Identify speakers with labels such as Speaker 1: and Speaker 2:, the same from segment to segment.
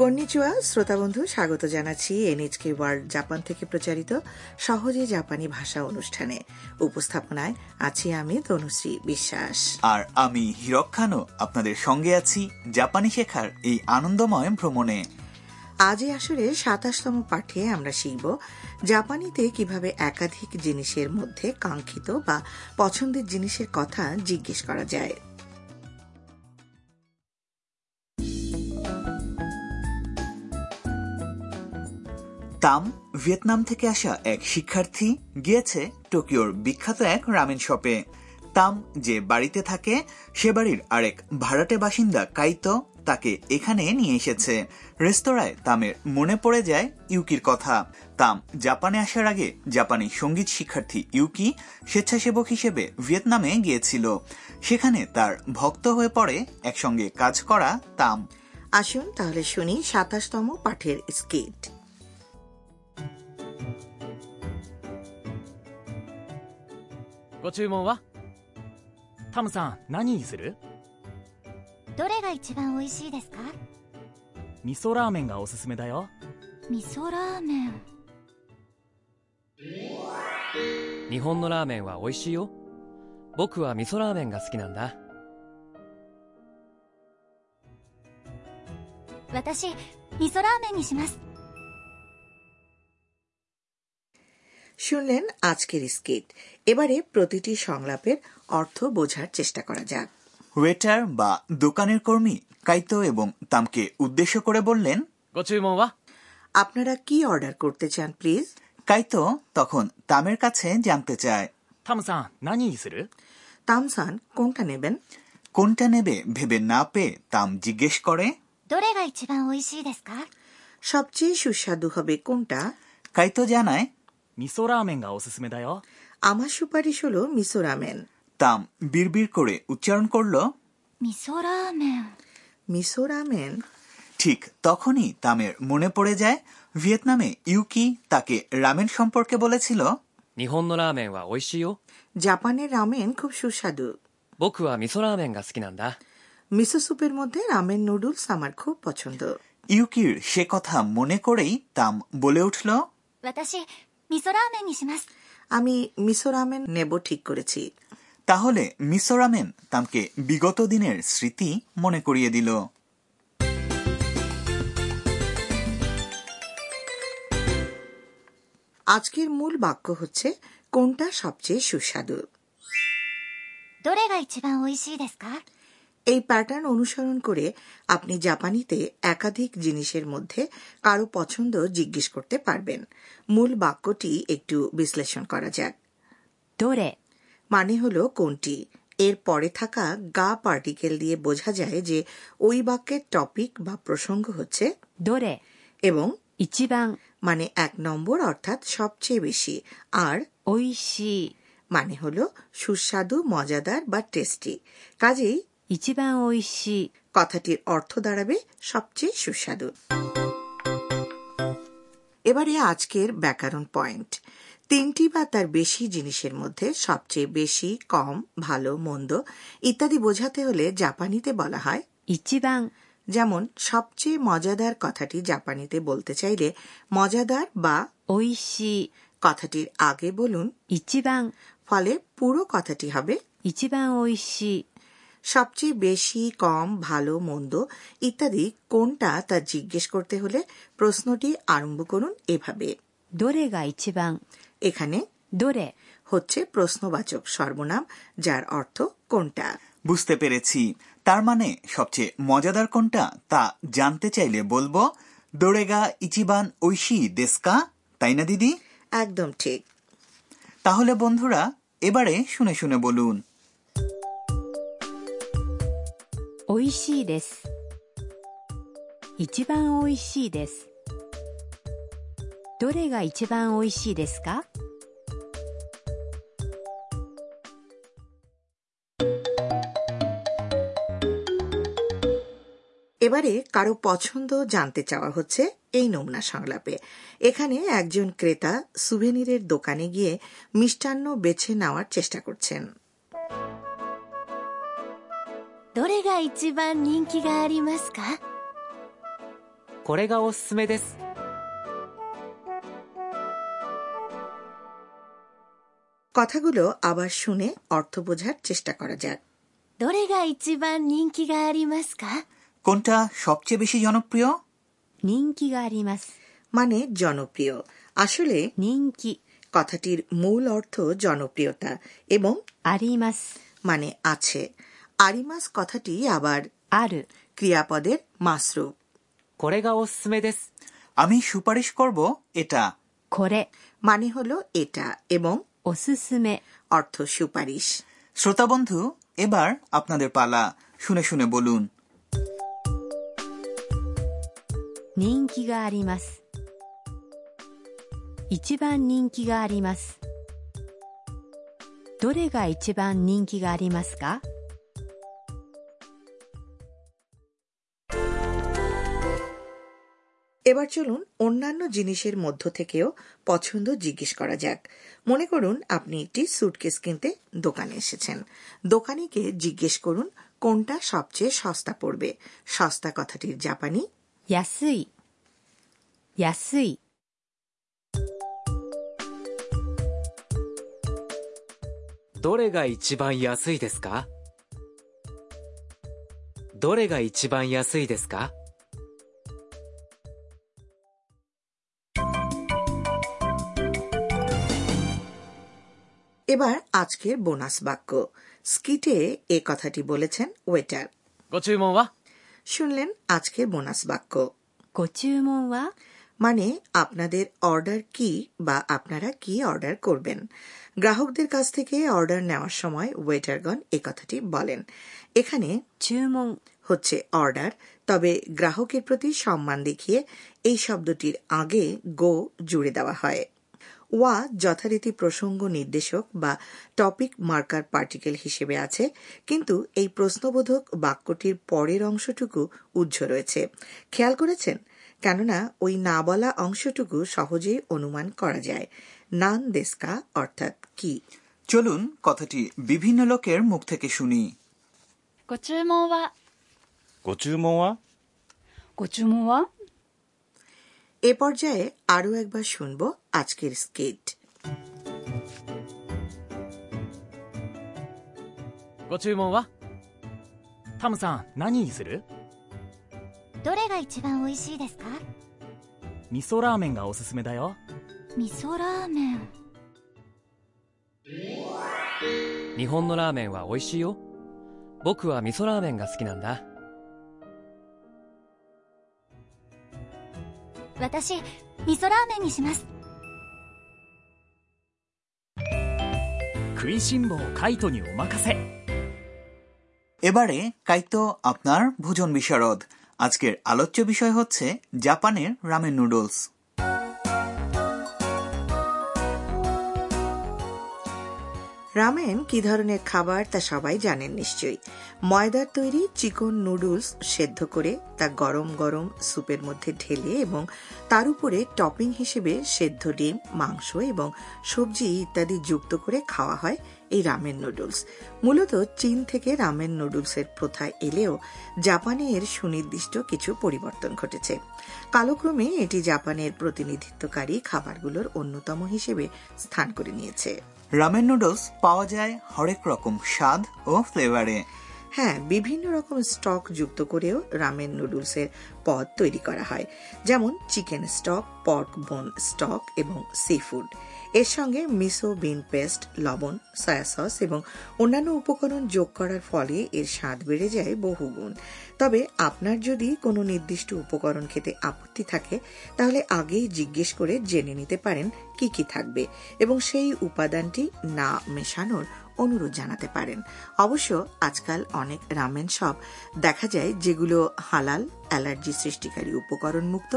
Speaker 1: কন্নিচুয়া শ্রোতাবন্ধু স্বাগত জানাচ্ছি এনএচকে world Japan থেকে প্রচারিত সহজে জাপানি ভাষা অনুষ্ঠানে উপস্থাপনায় আছি আমি তনুশ্রী বিশ্বাস
Speaker 2: আর আমি হিরক খানও আপনাদের সঙ্গে আছি জাপানি শেখার এই আনন্দময় ভ্রমণে
Speaker 1: আজ এই আসরে সাতাশতম পাঠে আমরা শিখব জাপানিতে কিভাবে একাধিক জিনিসের মধ্যে কাঙ্ক্ষিত বা পছন্দের জিনিসের কথা জিজ্ঞেস করা যায়
Speaker 2: তাম ভিয়েতনাম থেকে আসা এক শিক্ষার্থী গিয়েছে টোকিওর বিখ্যাত এক রামেন শপে তাম যে বাড়িতে থাকে সে বাড়ির আরেক ভাড়াটে বাসিন্দা কাইতো তাকে এখানে নিয়ে এসেছে রেস্তোরাঁয় তামের মনে পড়ে যায় ইউকির কথা তাম জাপানে আসার আগে জাপানি সঙ্গীত শিক্ষার্থী ইউকি স্বেচ্ছাসেবক হিসেবে ভিয়েতনামে গিয়েছিল সেখানে তার ভক্ত হয়ে পড়ে একসঙ্গে কাজ করা তাম
Speaker 1: আসুন তাহলে শুনি সাতাশতম পাঠের স্কিট
Speaker 3: ご注文はタムさん何にする
Speaker 4: どれが一番美味しいですか
Speaker 3: 味噌ラーメンがおすすめだよ
Speaker 4: 味噌ラーメン
Speaker 5: 日本のラーメンは美味しいよ僕は味噌ラーメンが好きなんだ
Speaker 4: 私味噌ラーメンにします
Speaker 1: শুনলেন আজকের স্কিট এবারে প্রতিটি সংলাপের অর্থ বোঝার চেষ্টা করা যাক
Speaker 2: ওয়েটার বা দোকানের কর্মী কাইতো এবং তামকে উদ্দেশ্য করে বললেন
Speaker 3: ご注文は
Speaker 1: আপনারা কি অর্ডার করতে চান প্লিজ
Speaker 2: কাইতো তখন তামের কাছে জানতে চায়
Speaker 3: タムさん何にする
Speaker 1: তামসান কোনটা নেবেন
Speaker 2: কোনটা নেবে ভেবে না পেয়ে তাম জিজ্ঞেস করে
Speaker 4: どれが一番美味しいですか
Speaker 1: সবচেয়ে সুস্বাদু হবে কোনটা
Speaker 2: কাইতো জানায়
Speaker 3: 味噌ラーメンがおすすめだよ
Speaker 1: আমার সুপারিশ হলো মিসো রামেন
Speaker 2: তাম বিড়বিড় করে উচ্চারণ করল
Speaker 4: 味噌ラーメン
Speaker 1: মিসো রামেন
Speaker 2: ঠিক তখনই তামের মনে পড়ে যায় ভিয়েতনামে ইউকি তাকে রামেন সম্পর্কে বলেছিল
Speaker 5: 日本のラーメンは美味しいよ
Speaker 1: জাপানের রামেন খুব সুস্বাদু
Speaker 5: 僕は味噌ラーメンが好きなんだ
Speaker 1: মিসো স্যুপের মধ্যে রামেন নুডলস আমার খুব পছন্দ
Speaker 2: ইউকির সে কথা মনে করেই তাম বলে উঠল
Speaker 4: 私味噌ラーメンにします
Speaker 1: আমি মিসো রামেন নেব ঠিক করেছি
Speaker 2: তাহলে মিসোরামেন তামকে বিগত দিনের স্মৃতি মনে করিয়ে দিল
Speaker 1: আজকের মূল বাক্য হচ্ছে কোনটা সবচেয়ে সুস্বাদু
Speaker 4: どれが一番美味しいですか
Speaker 1: এই প্যাটার্ন অনুসরণ করে আপনি জাপানিতে একাধিক জিনিসের মধ্যে কারো পছন্দ জিজ্ঞেস করতে পারবেন মূল বাক্যটি একটু বিশ্লেষণ করা যাক
Speaker 4: どれ
Speaker 1: মানে হলো কোনটি এর পরে থাকা গা পার্টিকেল দিয়ে বোঝা যায় যে ওই বাক্যের টপিক বা প্রসঙ্গ হচ্ছে
Speaker 4: どれ
Speaker 1: এবং
Speaker 4: 一番
Speaker 1: মানে এক নম্বর অর্থাৎ সবচেয়ে বেশি আর
Speaker 4: 美味しい
Speaker 1: মানে হলো সুস্বাদু মজাদার বা টেস্টি কাজেই
Speaker 4: 一番美味しい
Speaker 1: কথাটির অর্থ দাঁড়াবে সবচেয়ে সুস্বাদু এবারে আজকের ব্যাকরণ পয়েন্ট তিনটি বা তার বেশি জিনিসের মধ্যে সবচেয়ে বেশি কম ভালো মন্দ ইত্যাদি বোঝাতে হলে জাপানিতে বলা হয়
Speaker 4: 一番
Speaker 1: যেমন সবচেয়ে মজাদার কথাটি জাপানিতে বলতে চাইলে মজাদার বা
Speaker 4: 美味し
Speaker 1: কথাটির আগে বলুন
Speaker 4: い一番
Speaker 1: ফলে পুরো কথাটি হবে
Speaker 4: 一番美味しい
Speaker 1: সবচেয়ে বেশি কম ভালো মন্দ ইত্যাদি কোনটা তা জিজ্ঞেস করতে হলে প্রশ্নটি আরম্ভ করুন এভাবে
Speaker 4: どれが一番
Speaker 1: এখানে
Speaker 4: どれ
Speaker 1: হচ্ছে প্রশ্নবাচক সর্বনাম যার অর্থ কোনটা
Speaker 2: বুঝতে পেরেছি তার মানে সবচেয়ে মজাদার কোনটা তা জানতে চাইলে বলবো দোরেগা ইচিবান ঐশী দেস্কা তাই না দিদি
Speaker 1: একদম ঠিক
Speaker 2: তাহলে বন্ধুরা এবারে শুনে শুনে বলুন
Speaker 4: 美味しいです一番美味しいですどれが一番美味しいですか
Speaker 1: এবারে কারো পছন্দ জানতে চাওয়া হচ্ছে এই নমুনা সংলাপে এখানে একজন ক্রেতা সুভেনিরের দোকানে গিয়ে মিষ্টান্ন বেছে নেওয়ার চেষ্টা করছেন
Speaker 4: どれが一番人気がありますか
Speaker 6: これがおすすめです
Speaker 1: কথাগুলো আবার শুনে অর্থ বোঝার চেষ্টা করা যাক
Speaker 7: どれが一番人気がありますか
Speaker 2: কোনটা সবচেয়ে বেশি জনপ্রিয়
Speaker 4: 人気があります。
Speaker 1: মানে জনপ্রিয় আসলে
Speaker 4: 人気、
Speaker 1: কথাটির মূল অর্থ জনপ্রিয়তা এবং
Speaker 4: あります。
Speaker 1: মানে আছে আরিমাস কথাটি আবার
Speaker 4: ある、
Speaker 1: ক্রিয়াপদের মাসরূপ
Speaker 6: これがおすすめです
Speaker 2: আমি সুপারিশ করব এটা
Speaker 4: これ、
Speaker 1: মানে হলো এটা এবং
Speaker 4: おすすめ、
Speaker 1: অর্থ সুপারিশ
Speaker 2: শ্রোতা বন্ধু এবার আপনাদের পালা শুনে শুনে বলুন
Speaker 4: 人気があります。一番人気があります。どれが一番人気がありますか
Speaker 1: এবার চলুন অন্যান্য জিনিসের মধ্য থেকেও পছন্দ জিজ্ঞেস করা যাক মনে করুন আপনি একটি স্যুটকেস কিনতে দোকানে এসেছেন দোকানিকে জিজ্ঞেস করুন কোনটা সবচেয়ে সস্তা পড়বে সস্তা কথাটির জাপানি
Speaker 4: 安い、安い、
Speaker 6: どれが一番安いですかどれが一番安いですか
Speaker 1: এবার আজকের বোনাস বাক্য স্কিটে এ কথাটি বলেছেন ওয়েটার
Speaker 5: ご注文は
Speaker 1: শুনলেন আজকের বোনাস বাক্য
Speaker 4: ご注文は
Speaker 1: মানে আপনাদের অর্ডার কি বা আপনারা কি অর্ডার করবেন গ্রাহকদের কাছ থেকে অর্ডার নেওয়ার সময় ওয়েটারগণ এ কথাটি বলেন এখানে
Speaker 4: 注文、
Speaker 1: হচ্ছে অর্ডার তবে গ্রাহকের প্রতি সম্মান দেখিয়ে এই শব্দটির আগে গো জুড়ে দেওয়া হয় ওয়া যথারীতি প্রসঙ্গ নির্দেশক বা টপিক মার্কার পার্টিকেল হিসেবে আছে কিন্তু এই প্রশ্নবোধক বাক্যটির পরের অংশটুকু উজ্জ্ব রয়েছে খেয়াল করেছেন কেননা ওই না বলা অংশটুকু সহজেই অনুমান করা যায় নান দেস্কা অর্থাৎ কি
Speaker 2: চলুন কথাটি বিভিন্ন লোকের মুখ থেকে শুনি
Speaker 8: ご注文は
Speaker 9: ご注文は
Speaker 8: ご注文は
Speaker 1: এ পর্যায়ে আরও একবার শুনব আজকের স্কেট
Speaker 5: ご注文はタムさん何にする
Speaker 7: どれが一番美味しいですか
Speaker 3: 味噌ラーメンがおすすめだよ
Speaker 8: 味噌ラーメン
Speaker 5: 日本のラーメンは美味しいよ僕は味噌ラーメンが好きなんだ
Speaker 7: 私味噌ラーメンにします
Speaker 3: 食いしん坊カイトにお任せ
Speaker 2: এবারে কাইতো আপনার ভোজন বিশারদ আজকের আলোচ্য বিষয় হচ্ছে জাপানের রামেন নুডলস
Speaker 1: রামেন কি ধরনের খাবার তা সবাই জানেন নিশ্চয়ই ময়দার তৈরি চিকন নুডলস সেদ্ধ করে তা গরম গরম স্যুপের মধ্যে ঢেলে এবং তার উপরে টপিং হিসেবে সেদ্ধ ডিম মাংস এবং সবজি ইত্যাদি যুক্ত করে খাওয়া হয় এই রামেন নুডলস মূলত চীন থেকে রামেন নুডলসের প্রথা এলেও জাপানে এর সুনির্দিষ্ট কিছু পরিবর্তন ঘটেছে কালক্রমে এটি জাপানের প্রতিনিধিত্বকারী খাবারগুলোর অন্যতম হিসেবে স্থান করে নিয়েছে
Speaker 2: রামেন নুডলস পাওয়া যায় হরেক রকম স্বাদ ও ফ্লেভারে
Speaker 1: হ্যাঁ বিভিন্ন রকম স্টক যুক্ত করেও রামেন নুডলসের পদ তৈরি করা হয় যেমন chicken stock pork bone stock এবং সি ফুড এর সঙ্গে মিসো বিন পেস্ট লবণ সয়া সস এবং অন্যান্য উপকরণ যোগ করার ফলে এর স্বাদ বেড়ে যায় বহুগুণ তবে আপনার যদি কোনো নির্দিষ্ট উপকরণ খেতে আপত্তি থাকে তাহলে আগেই জিজ্ঞেস করে জেনে নিতে পারেন কি কি থাকবে এবং সেই উপাদানটি না মেশানোর অনুরোধ জানাতে পারেন অবশ্য আজকাল অনেক রামেন শপ দেখা যায় যেগুলো হালাল অ্যালার্জি সৃষ্টিকারী উপকরণ মুক্ত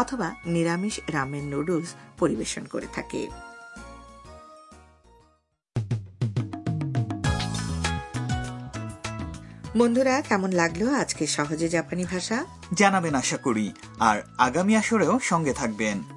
Speaker 1: অথবা নিরামিষ রামেন নুডলস পরিবেশন করে থাকে বন্ধুরা কেমন লাগলো আজকে সহজে জাপানি ভাষা
Speaker 2: জানাবেন আশা করি আর আগামী আসরেও সঙ্গে থাকবেন